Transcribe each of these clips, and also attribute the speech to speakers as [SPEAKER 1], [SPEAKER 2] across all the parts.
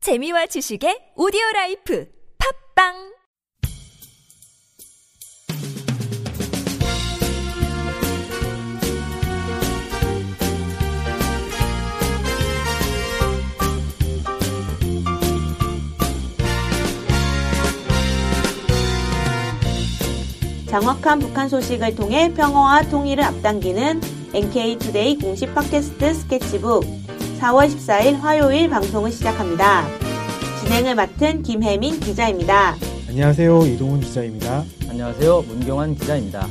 [SPEAKER 1] 재미와 지식의 오디오 라이프 팝빵
[SPEAKER 2] 정확한 북한 소식을 통해 평화와 통일을 앞당기는 NK투데이 공식 팟캐스트 스케치북 4월 14일 화요일 방송을 시작합니다. 진행을 맡은 김혜민 기자입니다.
[SPEAKER 3] 안녕하세요. 이동훈 기자입니다.
[SPEAKER 4] 안녕하세요. 문경환 기자입니다.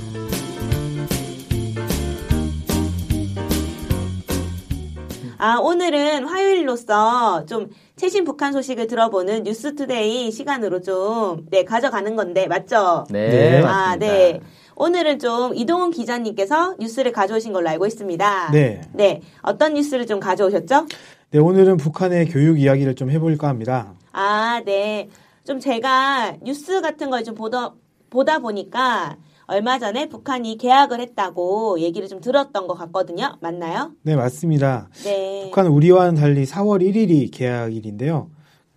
[SPEAKER 2] 아, 오늘은 화요일로서 좀 최신 북한 소식을 들어보는 뉴스투데이 시간으로 좀, 네, 가져가는 건데, 맞죠?
[SPEAKER 4] 네.
[SPEAKER 3] 네.
[SPEAKER 4] 맞습니다.
[SPEAKER 2] 아, 네. 오늘은 좀 이동훈 기자님께서 뉴스를 가져오신 걸로 알고 있습니다.
[SPEAKER 3] 네.
[SPEAKER 2] 네. 어떤 뉴스를 좀 가져오셨죠?
[SPEAKER 3] 네, 오늘은 북한의 교육 이야기를 좀 해볼까 합니다.
[SPEAKER 2] 아, 네. 좀 제가 뉴스 같은 걸 좀 보다, 보다 보니까 얼마 전에 북한이 계약을 했다고 얘기를 좀 들었던 것 같거든요. 맞나요?
[SPEAKER 3] 네, 맞습니다.
[SPEAKER 2] 네.
[SPEAKER 3] 북한 우리와는 달리 4월 1일이 개학일인데요.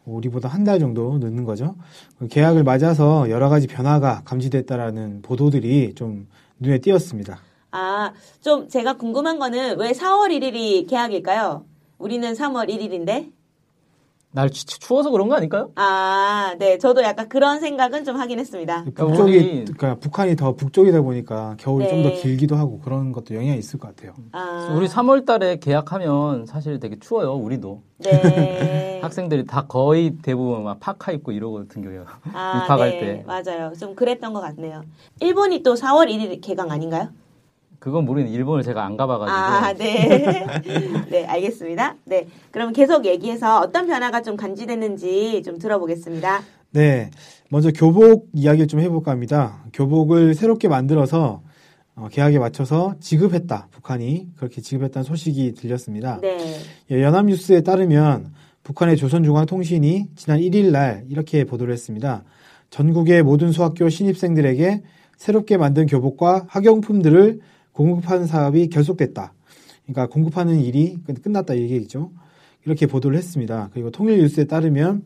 [SPEAKER 3] 우리보다 한 달 정도 늦는 거죠. 그 개학을 맞아서 여러 가지 변화가 감지됐다라는 보도들이 좀 눈에 띄었습니다.
[SPEAKER 2] 아, 좀 제가 궁금한 거는 왜 4월 1일이 계약일까요? 우리는 3월 1일인데.
[SPEAKER 4] 날 추, 추워서 그런 거 아닐까요?
[SPEAKER 2] 아, 네. 저도 약간 그런 생각은 좀 하긴 했습니다.
[SPEAKER 3] 북쪽이
[SPEAKER 4] 우리-
[SPEAKER 3] 그러니까 북한이 더 북쪽이다 보니까 겨울이
[SPEAKER 2] 네.
[SPEAKER 3] 좀 더 길기도 하고 그런 것도 영향이 있을 것 같아요.
[SPEAKER 2] 아,
[SPEAKER 4] 우리 3월 달에 계약하면 사실 되게 추워요. 우리도.
[SPEAKER 2] 네.
[SPEAKER 4] 학생들이 다 거의 대부분 막 파카 입고 이러거든 겨요.
[SPEAKER 2] 아,
[SPEAKER 4] 입학할
[SPEAKER 2] 네.
[SPEAKER 4] 때.
[SPEAKER 2] 맞아요. 좀 그랬던 것 같네요. 일본이 또 4월 1일 개강 아닌가요?
[SPEAKER 4] 그건 모르겠네. 일본을 제가 안 가봐가지고.
[SPEAKER 2] 아, 네. 네, 알겠습니다. 네. 그럼 계속 얘기해서 어떤 변화가 좀 간지됐는지 좀 들어보겠습니다.
[SPEAKER 3] 네. 먼저 교복 이야기를 좀 해볼까 합니다. 교복을 새롭게 만들어서 어, 계약에 맞춰서 지급했다. 북한이 그렇게 지급했다는 소식이 들렸습니다.
[SPEAKER 2] 네.
[SPEAKER 3] 예, 연합뉴스에 따르면 북한의 조선중앙통신이 지난 1일 날 이렇게 보도를 했습니다. 전국의 모든 수학교 신입생들에게 새롭게 만든 교복과 학용품들을 공급하는 사업이 결속됐다. 그러니까 공급하는 일이 끝- 끝났다 이 얘기겠죠. 이렇게 보도를 했습니다. 그리고 통일뉴스에 따르면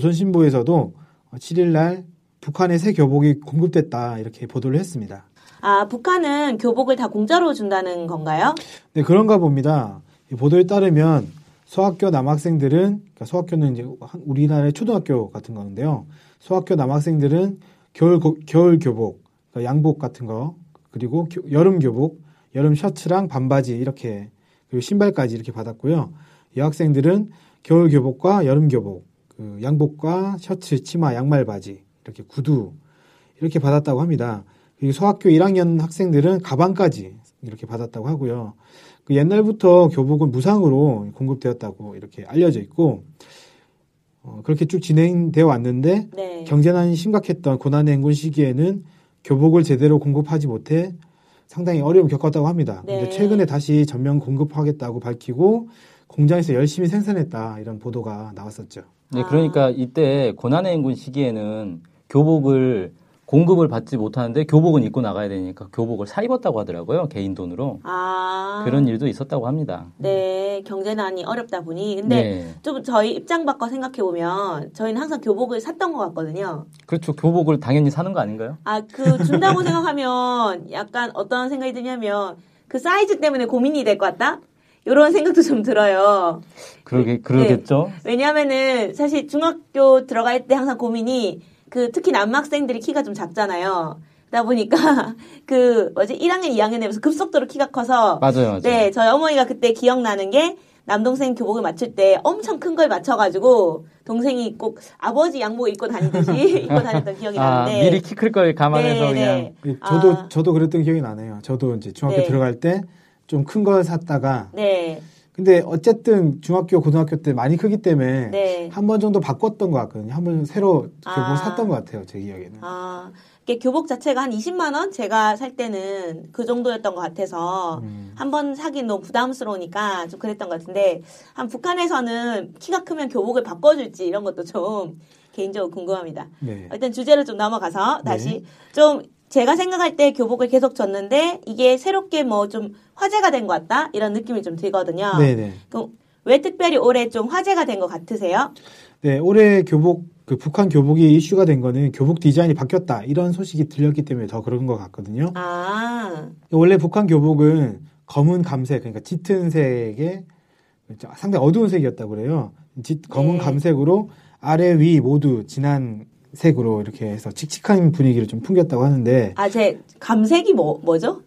[SPEAKER 3] 조선신보에서도 7일 날 북한의 새 교복이 공급됐다 이렇게 보도를 했습니다.
[SPEAKER 2] 아, 북한은 교복을 다 공짜로 준다는 건가요?
[SPEAKER 3] 네, 그런가 봅니다. 이 보도에 따르면 소학교 남학생들은, 그러니까 소학교는 이제 한- 우리나라의 초등학교 같은 건데요. 소학교 남학생들은 겨울, 고- 겨울 교복, 그러니까 양복 같은 거, 그리고 겨- 여름 교복, 여름 셔츠랑 반바지 이렇게, 그리고 신발까지 이렇게 받았고요. 여학생들은 겨울 교복과 여름 교복, 그 양복과 셔츠, 치마, 양말 바지, 이렇게 구두, 이렇게 받았다고 합니다. 그리고 소학교 1학년 학생들은 가방까지 이렇게 받았다고 하고요. 그 옛날부터 교복은 무상으로 공급되었다고 이렇게 알려져 있고 어, 그렇게 쭉 진행되어 왔는데
[SPEAKER 2] 네.
[SPEAKER 3] 경제난이 심각했던 고난의 행군 시기에는 교복을 제대로 공급하지 못해 상당히 어려움을 겪었다고 합니다.
[SPEAKER 2] 네.
[SPEAKER 3] 근데 최근에 다시 전면 공급하겠다고 밝히고 공장에서 열심히 생산했다 이런 보도가 나왔었죠.
[SPEAKER 4] 네, 그러니까 이때 고난의 행군 시기에는 교복을 공급을 받지 못하는데 교복은 입고 나가야 되니까 교복을 사 입었다고 하더라고요. 개인 돈으로.
[SPEAKER 2] 아.
[SPEAKER 4] 그런 일도 있었다고 합니다.
[SPEAKER 2] 네. 경제난이 어렵다 보니. 근데
[SPEAKER 4] 네.
[SPEAKER 2] 좀 저희 입장 바꿔 생각해보면 저희는 항상 교복을 샀던 것 같거든요.
[SPEAKER 4] 그렇죠. 교복을 당연히 사는 거 아닌가요?
[SPEAKER 2] 아, 그 준다고 생각하면 약간 어떤 생각이 드냐면 그 사이즈 때문에 고민이 될 것 같다? 이런 생각도 좀 들어요.
[SPEAKER 4] 그러게 그러겠죠.
[SPEAKER 2] 왜냐하면은 사실 중학교 들어갈 때 항상 고민이 그 특히 남학생들이 키가 좀 작잖아요. 그러다 보니까 그 뭐지 1학년, 2학년 되면서 급속도로 키가 커서
[SPEAKER 4] 맞아요, 맞아요.
[SPEAKER 2] 네 저희 어머니가 그때 기억나는 게 남동생 교복을 맞출 때 엄청 큰 걸 맞춰가지고 동생이 꼭 아버지 양복 입고 다니듯이 입고 다녔던 기억이
[SPEAKER 4] 아,
[SPEAKER 2] 나는데
[SPEAKER 4] 미리 키 클 걸 감안해서
[SPEAKER 2] 네,
[SPEAKER 4] 그냥
[SPEAKER 2] 네.
[SPEAKER 3] 예, 저도
[SPEAKER 2] 아.
[SPEAKER 3] 저도 그랬던 기억이 나네요. 저도 이제 중학교
[SPEAKER 2] 네.
[SPEAKER 3] 들어갈 때 좀 큰 걸 샀다가
[SPEAKER 2] 네
[SPEAKER 3] 근데 어쨌든 중학교 고등학교 때 많이 크기 때문에
[SPEAKER 2] 네.
[SPEAKER 3] 한 번 정도 바꿨던 것 같거든요. 한 번 새로 교복
[SPEAKER 2] 아.
[SPEAKER 3] 샀던 것 같아요. 제 기억에는.
[SPEAKER 2] 아, 이게 교복 자체가 한 20만 원 제가 살 때는 그 정도였던 것 같아서
[SPEAKER 3] 음.
[SPEAKER 2] 한 번 사긴 너무 부담스러우니까 좀 그랬던 것 같은데 한 북한에서는 키가 크면 교복을 바꿔줄지 이런 것도 좀 개인적으로 궁금합니다.
[SPEAKER 3] 네.
[SPEAKER 2] 일단 주제로 좀 넘어가서
[SPEAKER 3] 네.
[SPEAKER 2] 다시 좀 제가 생각할 때 교복을 계속 줬는데 이게 새롭게 뭐 좀 화제가 된 것 아. 같다 이런 느낌이 좀 들거든요.
[SPEAKER 3] 네네.
[SPEAKER 2] 그럼 왜 특별히 올해 좀 화제가 된 것 같으세요?
[SPEAKER 3] 네, 올해 교복 그 북한 교복이 이슈가 된 거는 교복 디자인이 바뀌었다 이런 소식이 들렸기 때문에 더 그런 것 같거든요.
[SPEAKER 2] 아,
[SPEAKER 3] 원래 북한 교복은 검은 감색 그러니까 짙은 색에 상당히 어두운 색이었다고 그래요. 짙, 검은
[SPEAKER 2] 네.
[SPEAKER 3] 감색으로 아래 위 모두 진한 색으로 이렇게 해서 칙칙한 분위기를 좀 풍겼다고 하는데 그러니까
[SPEAKER 2] 아, 제 감색이 뭐, 뭐죠?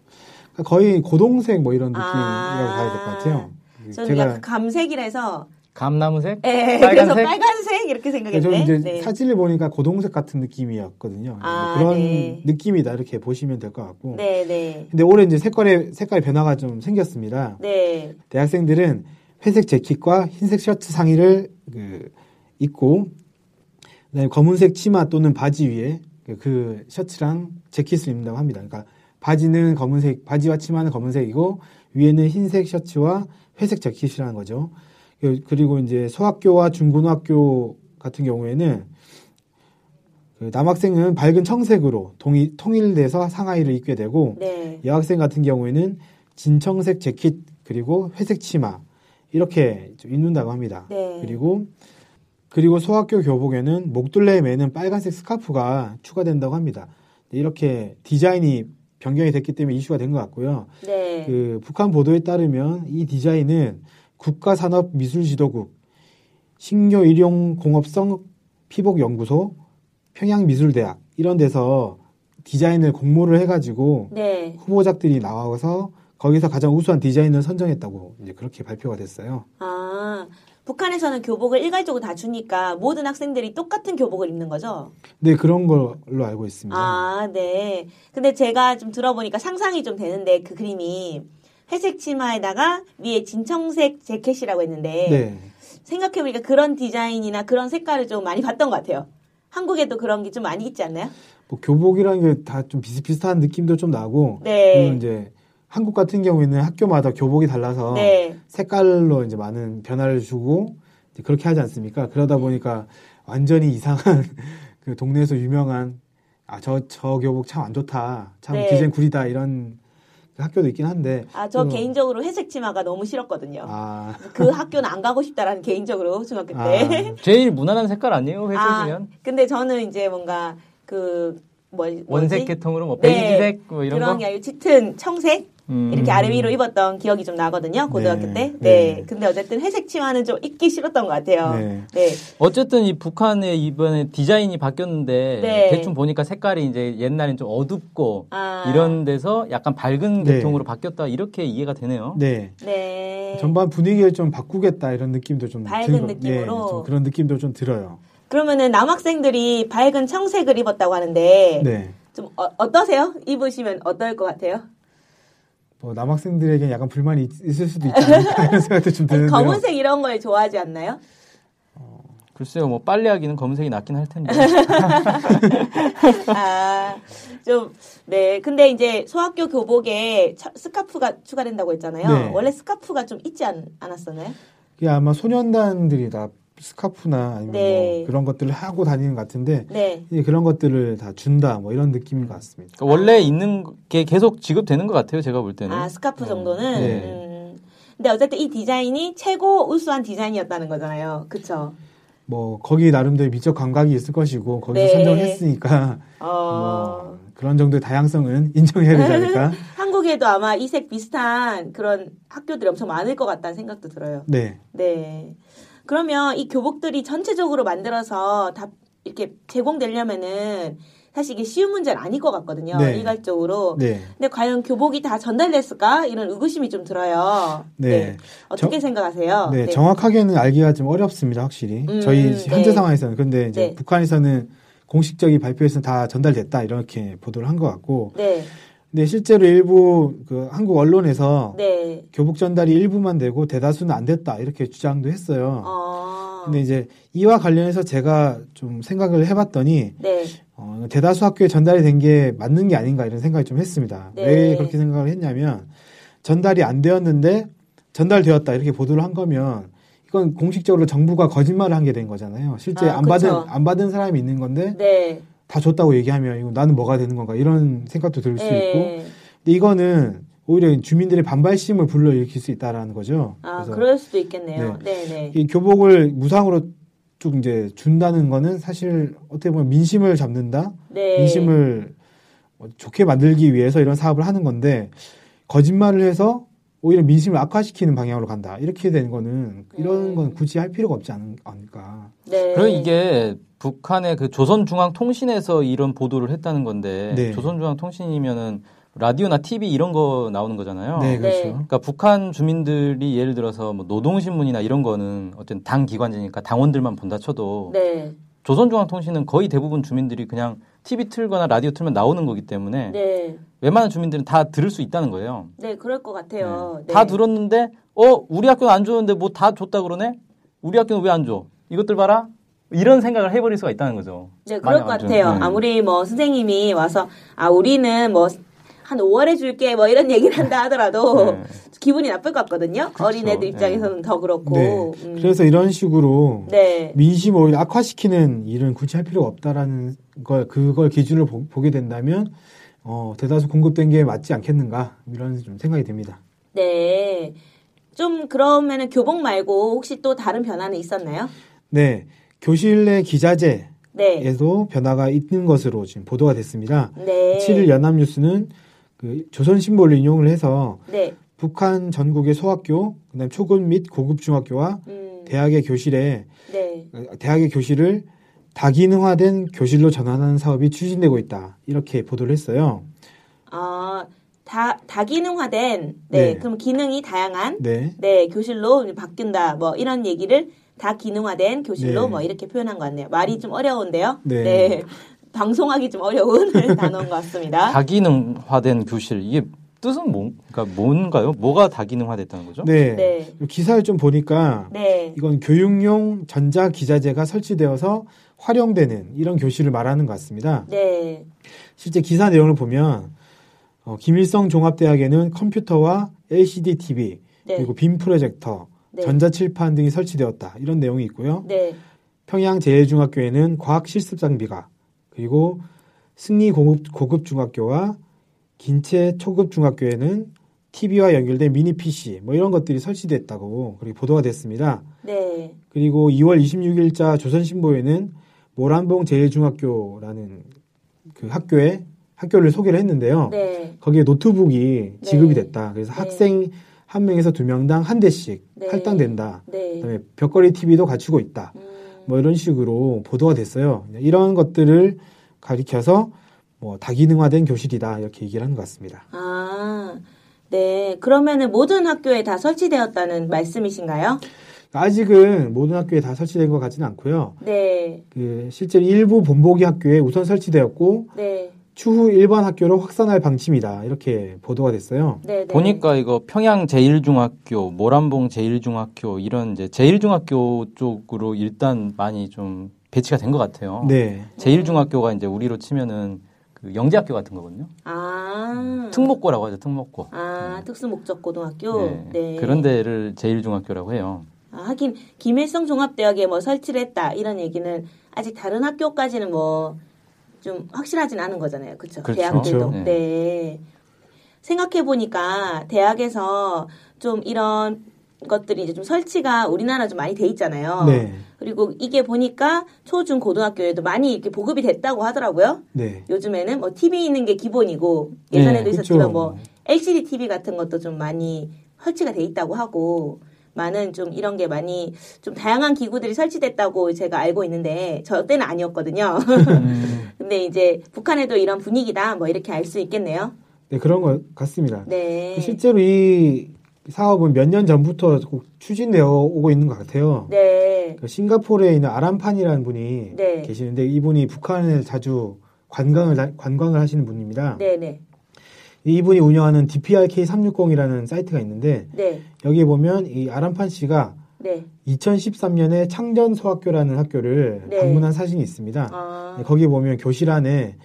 [SPEAKER 3] 거의 고동색 뭐 이런 느낌이라고
[SPEAKER 2] 아.
[SPEAKER 3] 봐야 될 것 같아요. 예,
[SPEAKER 2] 저는
[SPEAKER 3] 음, 제가
[SPEAKER 2] 약간 감색이라서,
[SPEAKER 4] 감나무색?
[SPEAKER 2] 예, 그래서
[SPEAKER 4] 빨간색?
[SPEAKER 2] 빨간색? 이렇게
[SPEAKER 3] 그러니까 저는
[SPEAKER 2] 생각했는데.
[SPEAKER 3] 이제
[SPEAKER 2] 네.
[SPEAKER 3] 사진을 보니까 고동색 같은 느낌이었거든요.
[SPEAKER 2] 아,
[SPEAKER 3] 그런
[SPEAKER 2] 네.
[SPEAKER 3] 느낌이다 이렇게 보시면 될 것 같고.
[SPEAKER 2] 네, 네.
[SPEAKER 3] 근데 올해 이제 색깔의 색깔 변화가 좀 생겼습니다.
[SPEAKER 2] 네.
[SPEAKER 3] 대학생들은 회색 재킷과 흰색 셔츠 상의를 그, 입고 그다음에 검은색 치마 또는 바지 위에 그- 그 셔츠랑 재킷을 입는다고 합니다. 그러니까 바지는 검은색 바지와 치마는 검은색이고 위에는 흰색 셔츠와 회색 재킷이라는 거죠. 그- 그리고 이제 소학교와 중고등학교 같은 경우에는 그 남학생은 밝은 청색으로 동이- 통일돼서 상하의를 입게 되고
[SPEAKER 2] 네.
[SPEAKER 3] 여학생 같은 경우에는 진청색 재킷 그리고 회색 치마 이렇게 좀 입는다고 합니다.
[SPEAKER 2] 네.
[SPEAKER 3] 그리고 그리고 소학교 교복에는 목둘레에 매는 빨간색 스카프가 추가된다고 합니다. 네, 이렇게 디자인이 변경이 됐기 때문에 이슈가 된 것 같고요.
[SPEAKER 2] 네.
[SPEAKER 3] 그 북한 보도에 따르면 이 디자인은 국가산업미술지도국, 식료일용공업성 피복연구소, 평양미술대학 이런 데서 디자인을 공모를 해가지고
[SPEAKER 2] 네.
[SPEAKER 3] 후보작들이 나와서 거기서 가장 우수한 디자인을 선정했다고 이제 그렇게 발표가 됐어요.
[SPEAKER 2] 아, 북한에서는 교복을 일괄적으로 다 주니까 모든 학생들이 똑같은 교복을 입는 거죠?
[SPEAKER 3] 네 그런 걸로 알고 있습니다.
[SPEAKER 2] 아, 네. 근데 제가 좀 들어보니까 상상이 좀 되는데 그 그림이 회색 치마에다가 위에 진청색 재킷이라고 했는데
[SPEAKER 3] 네.
[SPEAKER 2] 생각해보니까 그런 디자인이나 그런 색깔을 좀 많이 봤던 것 같아요. 한국에도 그런 게 좀 많이 있지 않나요?
[SPEAKER 3] 뭐 교복이라는 게 다 좀 비슷비슷한 느낌도 좀 나고 그리고
[SPEAKER 2] 네.
[SPEAKER 3] 이제 한국 같은 경우에는 학교마다 교복이 달라서
[SPEAKER 2] 네.
[SPEAKER 3] 색깔로 이제 많은 변화를 주고 이제 그렇게 하지 않습니까? 그러다 보니까 완전히 이상한 그 동네에서 유명한 아 저 저 교복 참 안 좋다, 참
[SPEAKER 2] 네.
[SPEAKER 3] 디자인 구리다 이런 학교도 있긴 한데
[SPEAKER 2] 아, 저
[SPEAKER 3] 음,
[SPEAKER 2] 개인적으로 회색 치마가 너무 싫었거든요.
[SPEAKER 3] 아
[SPEAKER 2] 그 학교는 안 가고 싶다라는 개인적으로 중학교 때.
[SPEAKER 4] 제일 무난한 색깔 아니에요? 회색이면?
[SPEAKER 2] 근데 저는 이제 뭔가 그 뭐, 뭐지?
[SPEAKER 4] 원색 계통으로 뭐
[SPEAKER 2] 네.
[SPEAKER 4] 베이지색 뭐 이런
[SPEAKER 2] 그런
[SPEAKER 4] 거?
[SPEAKER 2] 게 아니고 짙은 청색
[SPEAKER 4] 음.
[SPEAKER 2] 이렇게 아래 위로 입었던 기억이 좀 나거든요 고등학교
[SPEAKER 3] 네.
[SPEAKER 2] 때. 네.
[SPEAKER 3] 네.
[SPEAKER 2] 근데 어쨌든 회색 치마는 좀 입기 싫었던 것 같아요.
[SPEAKER 3] 네.
[SPEAKER 2] 네.
[SPEAKER 4] 어쨌든 이 북한의 이번에 디자인이 바뀌었는데
[SPEAKER 2] 네.
[SPEAKER 4] 대충 보니까 색깔이 이제 옛날엔 좀 어둡고
[SPEAKER 2] 아.
[SPEAKER 4] 이런 데서 약간 밝은
[SPEAKER 3] 네.
[SPEAKER 4] 계통으로 바뀌었다 이렇게 이해가 되네요.
[SPEAKER 3] 네.
[SPEAKER 2] 네.
[SPEAKER 3] 전반 분위기를 좀 바꾸겠다 이런 느낌도 좀
[SPEAKER 2] 밝은
[SPEAKER 3] 들고,
[SPEAKER 2] 느낌으로.
[SPEAKER 3] 예, 좀 그런 느낌도 좀 들어요.
[SPEAKER 2] 그러면은 남학생들이 밝은 청색을 입었다고 하는데
[SPEAKER 3] 네.
[SPEAKER 2] 좀 어, 떠세요 입으시면 어떨 것 같아요?
[SPEAKER 3] 뭐 남학생들에게 약간 불만이 있- 있을 수도 있지 않을까 이런 생각도
[SPEAKER 4] 네,
[SPEAKER 3] 좀 드는데요.
[SPEAKER 2] 검은색 이런 걸 좋아하지 않나요?
[SPEAKER 4] 글쎄요, 뭐 빨래하기는 검은색이 낫긴 할 텐데. 그러니까
[SPEAKER 2] 아, 좀, 네. 근데 이제 소학교 교복에 처- 스카프가 추가된다고 했잖아요.
[SPEAKER 3] 네.
[SPEAKER 2] 원래 스카프가 좀 있지 않, 않았었나요?
[SPEAKER 3] 그게 아마 소년단들이 다 스카프나 아니면
[SPEAKER 2] 네.
[SPEAKER 3] 뭐 그런 것들을 하고 다니는 것 같은데
[SPEAKER 2] 네.
[SPEAKER 3] 예, 그런 것들을 다 준다 뭐 이런 느낌인 것 같습니다.
[SPEAKER 4] 그러니까 원래 있는 게 계속 지급되는 것 같아요, 제가 볼 때는.
[SPEAKER 2] 아, 스카프 정도는?
[SPEAKER 3] 네.
[SPEAKER 2] 음. 근데 어쨌든 이 디자인이 최고 우수한 디자인이었다는 거잖아요. 그쵸?
[SPEAKER 3] 뭐 거기 나름대로 미적 감각이 있을 것이고 거기서
[SPEAKER 2] 네.
[SPEAKER 3] 선정을 했으니까
[SPEAKER 2] 어,
[SPEAKER 3] 뭐 그런 정도의 다양성은 인정해야 되지 않을까.
[SPEAKER 2] 한국에도 아마 이색 비슷한 그런 학교들이 엄청 많을 것 같다는 생각도 들어요.
[SPEAKER 3] 네.
[SPEAKER 2] 네. 그러면 이 교복들이 전체적으로 만들어서 다 이렇게 제공되려면은 사실 이게 쉬운 문제는 아닐 것 같거든요.
[SPEAKER 3] 네.
[SPEAKER 2] 일괄적으로.
[SPEAKER 3] 네.
[SPEAKER 2] 근데 과연 교복이 다 전달됐을까? 이런 의구심이 좀 들어요.
[SPEAKER 3] 네.
[SPEAKER 2] 어떻게
[SPEAKER 3] 정-
[SPEAKER 2] 생각하세요?
[SPEAKER 3] 네, 정확하게는 알기가 좀 어렵습니다, 확실히.
[SPEAKER 2] 음,
[SPEAKER 3] 저희 현재
[SPEAKER 2] 네.
[SPEAKER 3] 상황에서는. 근데 이제
[SPEAKER 2] 네.
[SPEAKER 3] 북한에서는 공식적인 발표에서는 다 전달됐다, 이렇게 보도를 한 것 같고.
[SPEAKER 2] 네.
[SPEAKER 3] 근데 실제로 일부 그 한국 언론에서
[SPEAKER 2] 네.
[SPEAKER 3] 교복 전달이 일부만 되고 대다수는 안 됐다, 이렇게 주장도 했어요.
[SPEAKER 2] 어.
[SPEAKER 3] 근데 이제 이와 관련해서 제가 좀 생각을 해봤더니
[SPEAKER 2] 네.
[SPEAKER 3] 어, 대다수 학교에 전달이 된 게 맞는 게 아닌가 이런 생각이 좀 했습니다.
[SPEAKER 2] 네.
[SPEAKER 3] 왜 그렇게 생각을 했냐면 전달이 안 되었는데 전달되었다 이렇게 보도를 한 거면 이건 공식적으로 정부가 거짓말을 한 게 된 거잖아요. 실제
[SPEAKER 2] 아,
[SPEAKER 3] 안 받은
[SPEAKER 2] 그쵸.
[SPEAKER 3] 안 받은 사람이 있는 건데
[SPEAKER 2] 네.
[SPEAKER 3] 다 줬다고 얘기하면 이거 나는 뭐가 되는 건가 이런 생각도 들 수 있고
[SPEAKER 2] 예.
[SPEAKER 3] 근데 이거는 오히려 주민들의 반발심을 불러일으킬 수 있다라는 거죠.
[SPEAKER 2] 아,
[SPEAKER 3] 그래서
[SPEAKER 2] 그럴 수도 있겠네요. 네, 네.
[SPEAKER 3] 이 교복을 무상으로 쭉 이제 준다는 거는 사실 어떻게 보면 민심을 잡는다,
[SPEAKER 2] 네.
[SPEAKER 3] 민심을 어, 좋게 만들기 위해서 이런 사업을 하는 건데 거짓말을 해서 오히려 민심을 악화시키는 방향으로 간다. 이렇게 되는 거는 이런
[SPEAKER 2] 음.
[SPEAKER 3] 건 굳이 할 필요가 없지 않- 않을까.
[SPEAKER 2] 네.
[SPEAKER 4] 그리고 이게 북한의 그 조선중앙통신에서 이런 보도를 했다는 건데
[SPEAKER 3] 네.
[SPEAKER 4] 조선중앙통신이면은 라디오나 TV 이런 거 나오는 거잖아요.
[SPEAKER 3] 네,
[SPEAKER 2] 네.
[SPEAKER 3] 그렇죠.
[SPEAKER 4] 그러니까 북한 주민들이 예를 들어서 뭐 노동신문이나 이런 거는 어쨌든 당 기관지니까 당원들만 본다 쳐도
[SPEAKER 2] 네.
[SPEAKER 4] 조선중앙통신은 거의 대부분 주민들이 그냥 TV 틀거나 라디오 틀면 나오는 거기 때문에
[SPEAKER 2] 네.
[SPEAKER 4] 웬만한 주민들은 다 들을 수 있다는 거예요.
[SPEAKER 2] 네, 그럴 것 같아요. 네.
[SPEAKER 4] 다 들었는데 어 우리 학교는 안 줬는데 뭐 다 줬다 그러네 우리 학교는 왜 안 줘? 이것들 봐라 이런 생각을 해버릴 수가 있다는 거죠.
[SPEAKER 2] 네, 그럴
[SPEAKER 4] 만약
[SPEAKER 2] 것
[SPEAKER 4] 안 줘.
[SPEAKER 2] 같아요.
[SPEAKER 4] 네.
[SPEAKER 2] 아무리 뭐 선생님이 와서 아 우리는 뭐 한 5월에 줄게 뭐 이런 얘기를 한다 하더라도
[SPEAKER 4] 네.
[SPEAKER 2] 기분이 나쁠 것 같거든요. 어린애들 입장에서는 더 그렇고.
[SPEAKER 3] 네.
[SPEAKER 2] 음.
[SPEAKER 3] 그래서 이런 식으로
[SPEAKER 2] 네.
[SPEAKER 3] 민심 오히려 악화시키는 일은 굳이 할 필요가 없다라는 걸 그걸 기준으로 보, 보게 된다면 어, 대다수 공급된 게 맞지 않겠는가 이런 좀 생각이 듭니다.
[SPEAKER 2] 네. 좀 그러면은 교복 말고 혹시 또 다른 변화는 있었나요?
[SPEAKER 3] 네, 교실 내 기자재에도
[SPEAKER 2] 네.
[SPEAKER 3] 변화가 있는 것으로 지금 보도가 됐습니다.
[SPEAKER 2] 네.
[SPEAKER 3] 7일 연합뉴스는 그 조선신보를 인용을 해서
[SPEAKER 2] 네.
[SPEAKER 3] 북한 전국의 소학교, 그다음 초급 및 고급 중학교와
[SPEAKER 2] 음.
[SPEAKER 3] 대학의 교실에
[SPEAKER 2] 네.
[SPEAKER 3] 대학의 교실을 다기능화된 교실로 전환하는 사업이 추진되고 있다 이렇게 보도를 했어요.
[SPEAKER 2] 아, 다 다기능화된 네.
[SPEAKER 3] 네.
[SPEAKER 2] 그럼 기능이 다양한
[SPEAKER 3] 네,
[SPEAKER 2] 네, 교실로 이제 바뀐다. 뭐 이런 얘기를 다 기능화된 교실로
[SPEAKER 3] 네.
[SPEAKER 2] 뭐 이렇게 표현한 것 같네요. 말이 좀 어려운데요.
[SPEAKER 3] 네.
[SPEAKER 2] 방송하기 좀 어려운 단어인 것 같습니다.
[SPEAKER 4] 다기능화된 교실 이게 뜻은 뭐, 그러니까 뭔가요? 뭐가 다기능화됐다는 거죠?
[SPEAKER 3] 네.
[SPEAKER 2] 네.
[SPEAKER 3] 기사를 좀 보니까
[SPEAKER 2] 네.
[SPEAKER 3] 이건 교육용 전자 기자재가 설치되어서 활용되는 이런 교실을 말하는 것 같습니다.
[SPEAKER 2] 네.
[SPEAKER 3] 실제 기사 내용을 보면 어, 김일성 종합대학에는 컴퓨터와 LCD TV
[SPEAKER 2] 네.
[SPEAKER 3] 그리고 빔 프로젝터,
[SPEAKER 2] 네.
[SPEAKER 3] 전자칠판 등이 설치되었다 이런 내용이 있고요.
[SPEAKER 2] 네.
[SPEAKER 3] 평양제일중학교에는 과학 실습 장비가 그리고 승리 고급, 고급 중학교와 긴채 초급 중학교에는 TV와 연결된 미니 PC 뭐 이런 것들이 설치됐다고 그렇게 보도가 됐습니다.
[SPEAKER 2] 네.
[SPEAKER 3] 그리고 2월 26일자 조선신보에는 모란봉 제일중학교라는 그 학교에 학교를 소개를 했는데요.
[SPEAKER 2] 네.
[SPEAKER 3] 거기에 노트북이 지급이
[SPEAKER 2] 네.
[SPEAKER 3] 됐다. 그래서
[SPEAKER 2] 네.
[SPEAKER 3] 학생 한 명에서 두 명당 한 대씩
[SPEAKER 2] 네.
[SPEAKER 3] 할당된다.
[SPEAKER 2] 네.
[SPEAKER 3] 그다음에 벽걸이 TV도 갖추고 있다.
[SPEAKER 2] 음,
[SPEAKER 3] 뭐 이런 식으로 보도가 됐어요. 이런 것들을 가리켜서 뭐 다기능화된 교실이다 이렇게 얘기를 하는 것 같습니다.
[SPEAKER 2] 아. 네. 그러면은 모든 학교에 다 설치되었다는 말씀이신가요?
[SPEAKER 3] 아직은 모든 학교에 다 설치된 것 같지는 않고요.
[SPEAKER 2] 네.
[SPEAKER 3] 그 실제로 일부 본보기 학교에 우선 설치되었고
[SPEAKER 2] 네.
[SPEAKER 3] 추후 일반 학교로 확산할 방침이다 이렇게 보도가 됐어요.
[SPEAKER 2] 네. 네.
[SPEAKER 4] 보니까 이거 평양 제1중학교, 모란봉 제1중학교 이런 이제 제1중학교 쪽으로 일단 많이 좀 배치가 된 것 같아요.
[SPEAKER 3] 네,
[SPEAKER 4] 제1중학교가 이제 우리로 치면은 그 영재학교 같은 거거든요.
[SPEAKER 2] 아.
[SPEAKER 4] 특목고라고 하죠. 특목고.
[SPEAKER 2] 아, 특수 목적 고등학교. 네.
[SPEAKER 4] 그런 데를 제1중학교라고 해요.
[SPEAKER 2] 아, 하긴 김일성 종합대학에 뭐 설치를 했다 이런 얘기는 아직 다른 학교까지는 뭐 좀 확실하진 않은 거잖아요. 그렇죠.
[SPEAKER 4] 그렇죠.
[SPEAKER 2] 대학들도.
[SPEAKER 4] 그렇죠.
[SPEAKER 2] 네. 생각해 보니까 대학에서 좀 이런 것들이 이제 좀 설치가 우리나라 좀 많이 돼 있잖아요.
[SPEAKER 3] 네,
[SPEAKER 2] 그리고 이게 보니까 초중 고등학교에도 많이 이렇게 보급이 됐다고 하더라고요.
[SPEAKER 3] 네,
[SPEAKER 2] 요즘에는 뭐 TV 있는 게 기본이고
[SPEAKER 4] 네,
[SPEAKER 2] 예전에도
[SPEAKER 3] 그쵸.
[SPEAKER 2] 있었지만 뭐 LCD TV 같은 것도 좀 많이 설치가 돼 있다고 하고 많은 좀 이런 게 많이 좀 다양한 기구들이 설치됐다고 제가 알고 있는데 저 때는 아니었거든요.
[SPEAKER 3] 음.
[SPEAKER 2] 근데 이제 북한에도 이런 분위기다 뭐 이렇게 알 수 있겠네요.
[SPEAKER 3] 네 그런 것 같습니다.
[SPEAKER 2] 네.
[SPEAKER 3] 그 실제로 이 사업은 몇 년 전부터 꼭 추진되어 오고 있는 것 같아요.
[SPEAKER 2] 네.
[SPEAKER 3] 그 싱가포르에 있는 아람판이라는 분이
[SPEAKER 2] 네.
[SPEAKER 3] 계시는데 이분이 북한에 자주 관광을 다- 관광을 하시는 분입니다.
[SPEAKER 2] 네, 네.
[SPEAKER 3] 이분이 운영하는 DPRK360이라는 사이트가 있는데
[SPEAKER 2] 네.
[SPEAKER 3] 여기에 보면 이 아람판 씨가
[SPEAKER 2] 네.
[SPEAKER 3] 2013년에 창전 소학교라는 학교를
[SPEAKER 2] 네.
[SPEAKER 3] 방문한 사진이 있습니다.
[SPEAKER 2] 아.
[SPEAKER 3] 네, 거기 보면 교실 안에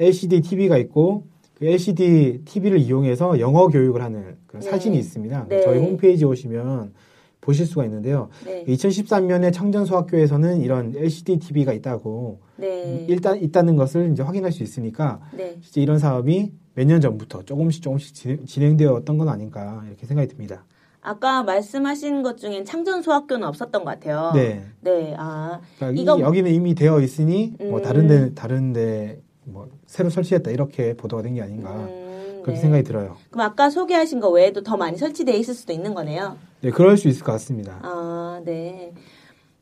[SPEAKER 3] LCD TV가 있고 그 LCD TV를 이용해서 영어 교육을 하는 그런
[SPEAKER 2] 네.
[SPEAKER 3] 사진이 있습니다.
[SPEAKER 2] 네.
[SPEAKER 3] 저희 홈페이지 오시면 보실 수가 있는데요.
[SPEAKER 2] 네.
[SPEAKER 3] 2013년에 창전소학교에서는 이런 LCD TV가 있다고
[SPEAKER 2] 네.
[SPEAKER 3] 일단 있다는 것을 이제 확인할 수 있으니까
[SPEAKER 2] 네.
[SPEAKER 3] 실제 이런 사업이 몇 년 전부터 조금씩 조금씩 진행- 진행되어 왔던 건 아닌가 이렇게 생각이 듭니다.
[SPEAKER 2] 아까 말씀하신 것 중엔 창전 소학교는 없었던 것 같아요.
[SPEAKER 3] 네.
[SPEAKER 2] 네, 아
[SPEAKER 3] 그러니까 이-
[SPEAKER 2] 이거-
[SPEAKER 3] 여기는 이미 되어 있으니 뭐
[SPEAKER 2] 음.
[SPEAKER 3] 다른 데 다른 데뭐 새로 설치했다 이렇게 보도가 된 게 아닌가
[SPEAKER 2] 음,
[SPEAKER 3] 그러니까. 그렇게
[SPEAKER 2] 네.
[SPEAKER 3] 생각이 들어요.
[SPEAKER 2] 그럼 아까 소개하신 거 외에도 더 많이 설치돼 있을 수도 있는 거네요.
[SPEAKER 3] 네, 그럴 수 있을 것 같습니다.
[SPEAKER 2] 아, 네.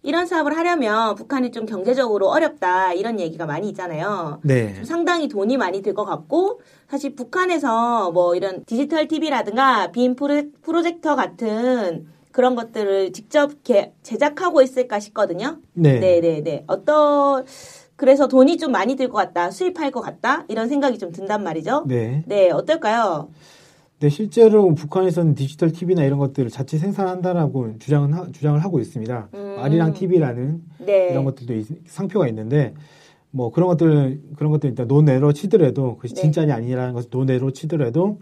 [SPEAKER 2] 이런 사업을 하려면 북한이 좀 경제적으로 어렵다 이런 얘기가 많이 있잖아요.
[SPEAKER 3] 네.
[SPEAKER 2] 좀 상당히 돈이 많이 들 것 같고 사실 북한에서 뭐 이런 디지털 TV라든가 빔 프로- 프로젝터 같은 그런 것들을 직접 개- 제작하고 있을까 싶거든요.
[SPEAKER 3] 네.
[SPEAKER 2] 네, 네, 네. 어떤 그래서 돈이 좀 많이 들 것 같다, 수입할 것 같다 이런 생각이 좀 든단 말이죠.
[SPEAKER 3] 네.
[SPEAKER 2] 네, 어떨까요?
[SPEAKER 3] 네, 실제로 북한에서는 디지털 TV나 이런 것들을 자체 생산한다라고 주장은 하- 주장을 하고 있습니다.
[SPEAKER 2] 음.
[SPEAKER 3] 아리랑 TV라는
[SPEAKER 2] 네.
[SPEAKER 3] 이런 것들도 있- 상표가 있는데 뭐 그런 것들 그런 것들 일단 논외로 치더라도 그것이
[SPEAKER 2] 네.
[SPEAKER 3] 진짜냐 아니라는 것을 논외로 치더라도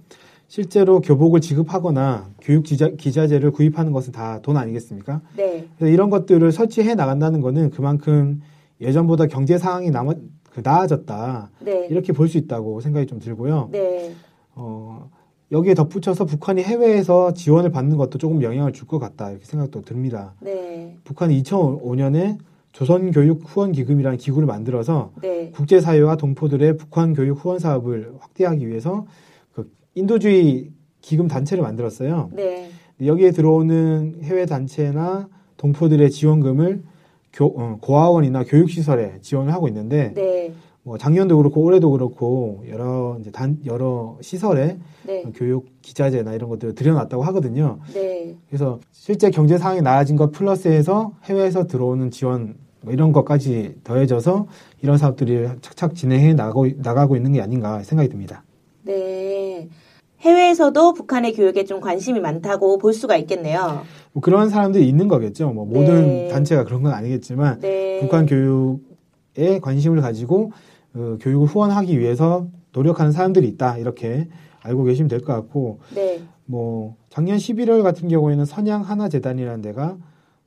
[SPEAKER 3] 실제로 교복을 지급하거나 교육 기자, 기자재를 구입하는 것은 다 돈 아니겠습니까?
[SPEAKER 2] 네.
[SPEAKER 3] 그래서 이런 것들을 설치해 나간다는 것은 그만큼 예전보다 경제 상황이 남아 그 나아졌다
[SPEAKER 2] 네.
[SPEAKER 3] 이렇게 볼 수 있다고 생각이 좀 들고요.
[SPEAKER 2] 네.
[SPEAKER 3] 어, 여기에 덧붙여서 북한이 해외에서 지원을 받는 것도 조금 영향을 줄 것 같다 이렇게 생각도 듭니다.
[SPEAKER 2] 네.
[SPEAKER 3] 북한이 2005년에 조선교육 후원기금이라는 기구를 만들어서
[SPEAKER 2] 네.
[SPEAKER 3] 국제사회와 동포들의 북한 교육 후원 사업을 확대하기 위해서 그 인도주의 기금 단체를 만들었어요.
[SPEAKER 2] 네.
[SPEAKER 3] 여기에 들어오는 해외 단체나 동포들의 지원금을 교, 어, 고아원이나 교육시설에 지원을 하고 있는데
[SPEAKER 2] 네.
[SPEAKER 3] 뭐 작년도 그렇고 올해도 그렇고 여러 이제 단 여러 시설에
[SPEAKER 2] 네.
[SPEAKER 3] 교육 기자재나 이런 것들을 들여놨다고 하거든요.
[SPEAKER 2] 네.
[SPEAKER 3] 그래서 실제 경제 상황이 나아진 것 플러스에서 해외에서 들어오는 지원 뭐 이런 것까지 더해져서 이런 사업들이 착착 진행해 나가고, 나가고 있는 게 아닌가 생각이 듭니다.
[SPEAKER 2] 네. 해외에서도 북한의 교육에 좀 관심이 많다고 볼 수가 있겠네요.
[SPEAKER 3] 뭐 그런 사람들이 있는 거겠죠. 뭐 모든
[SPEAKER 2] 네.
[SPEAKER 3] 단체가 그런 건 아니겠지만
[SPEAKER 2] 네.
[SPEAKER 3] 북한 교육에 관심을 가지고 어, 교육을 후원하기 위해서 노력하는 사람들이 있다 이렇게 알고 계시면 될 것 같고
[SPEAKER 2] 네.
[SPEAKER 3] 뭐 작년 11월 같은 경우에는 선양 하나 재단이라는 데가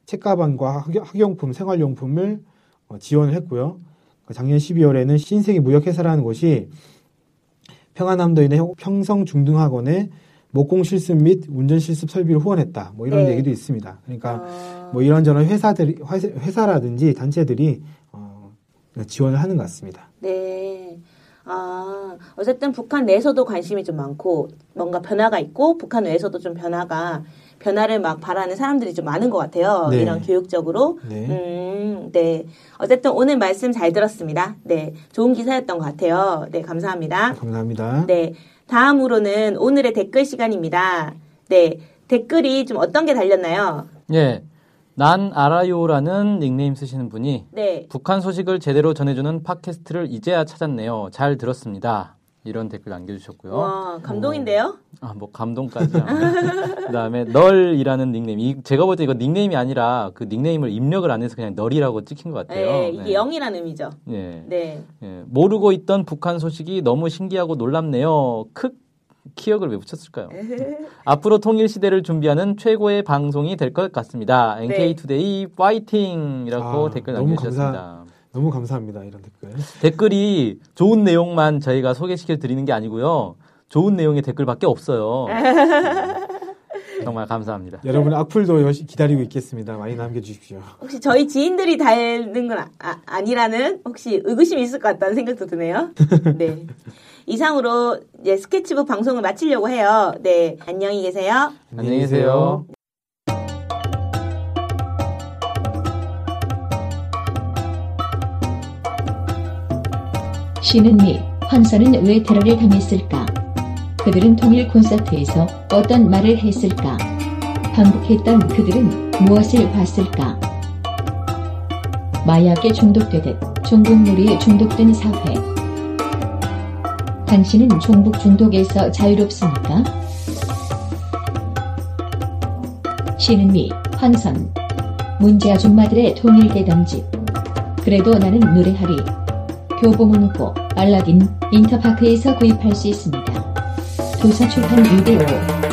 [SPEAKER 3] 책가방과 학요- 학용품, 생활용품을 어, 지원을 했고요. 그 작년 12월에는 신세계 무역회사라는 곳이 평안남도인의 형- 평성중등학원에 목공 실습 및 운전 실습 설비를 후원했다. 뭐 이런
[SPEAKER 2] 네.
[SPEAKER 3] 얘기도 있습니다. 그러니까
[SPEAKER 2] 아,
[SPEAKER 3] 뭐 이런저런 회사들이 회사- 회사라든지 단체들이 어, 지원을 하는 것 같습니다.
[SPEAKER 2] 네. 아, 어쨌든 북한 내에서도 관심이 좀 많고 뭔가 변화가 있고 북한 외에서도 좀 변화가 변화를 막 바라는 사람들이 좀 많은 것 같아요.
[SPEAKER 3] 네.
[SPEAKER 2] 이런 교육적으로.
[SPEAKER 3] 네.
[SPEAKER 2] 음, 네. 어쨌든 오늘 말씀 잘 들었습니다. 네. 좋은 기사였던 것 같아요. 네, 감사합니다.
[SPEAKER 3] 감사합니다.
[SPEAKER 2] 네. 다음으로는 오늘의 댓글 시간입니다. 네. 댓글이 좀 어떤 게 달렸나요?
[SPEAKER 4] 예. 난 알아요라는 닉네임 쓰시는 분이
[SPEAKER 2] 네.
[SPEAKER 4] 북한 소식을 제대로 전해주는 팟캐스트를 이제야 찾았네요. 잘 들었습니다. 이런 댓글 남겨주셨고요.
[SPEAKER 2] 와, 어, 감동인데요?
[SPEAKER 4] 아, 뭐 감동까지. 그 다음에 널이라는 닉네임. 이, 제가 볼 때 이거 닉네임이 아니라 그 닉네임을 입력을 안 해서 그냥 널이라고 찍힌 것 같아요.
[SPEAKER 2] 네, 이게
[SPEAKER 4] 네.
[SPEAKER 2] 영이라는 의미죠.
[SPEAKER 4] 예.
[SPEAKER 2] 네.
[SPEAKER 4] 예. 모르고 있던 북한 소식이 너무 신기하고 놀랍네요. 크 기억을 왜 붙였을까요? 예. 앞으로 통일 시대를 준비하는 최고의 방송이 될 것 같습니다. NK 투데이 파이팅이라고
[SPEAKER 3] 아,
[SPEAKER 4] 댓글
[SPEAKER 3] 너무
[SPEAKER 4] 남겨주셨습니다.
[SPEAKER 3] 너무 감사합니다. 이런 댓글.
[SPEAKER 4] 댓글이 좋은 내용만 저희가 소개시켜 드리는 게 아니고요. 좋은 내용의 댓글밖에 없어요. 음, 정말 감사합니다.
[SPEAKER 2] 네.
[SPEAKER 3] 여러분 악플도 역시 기다리고 있겠습니다. 많이 남겨주십시오.
[SPEAKER 2] 혹시 저희 지인들이 달는 건 아, 니라는 혹시 의구심이 있을 것 같다는 생각도 드네요. 네. 이상으로 이제 스케치북 방송을 마치려고 해요. 네. 안녕히 계세요.
[SPEAKER 4] 안녕히 계세요.
[SPEAKER 5] 신은미, 환선은 왜 테러를 당했을까? 그들은 통일 콘서트에서 어떤 말을 했을까? 반복했던 그들은 무엇을 봤을까? 마약에 중독되듯 종북놀이에 중독된 사회. 당신은 종북 중독에서 자유롭습니까? 신은미, 환선. 문제 아줌마들의 통일 대담집. 그래도 나는 노래하리. 교보문고, 알라딘, 인터파크에서 구입할 수 있습니다. 도서 출판 6대5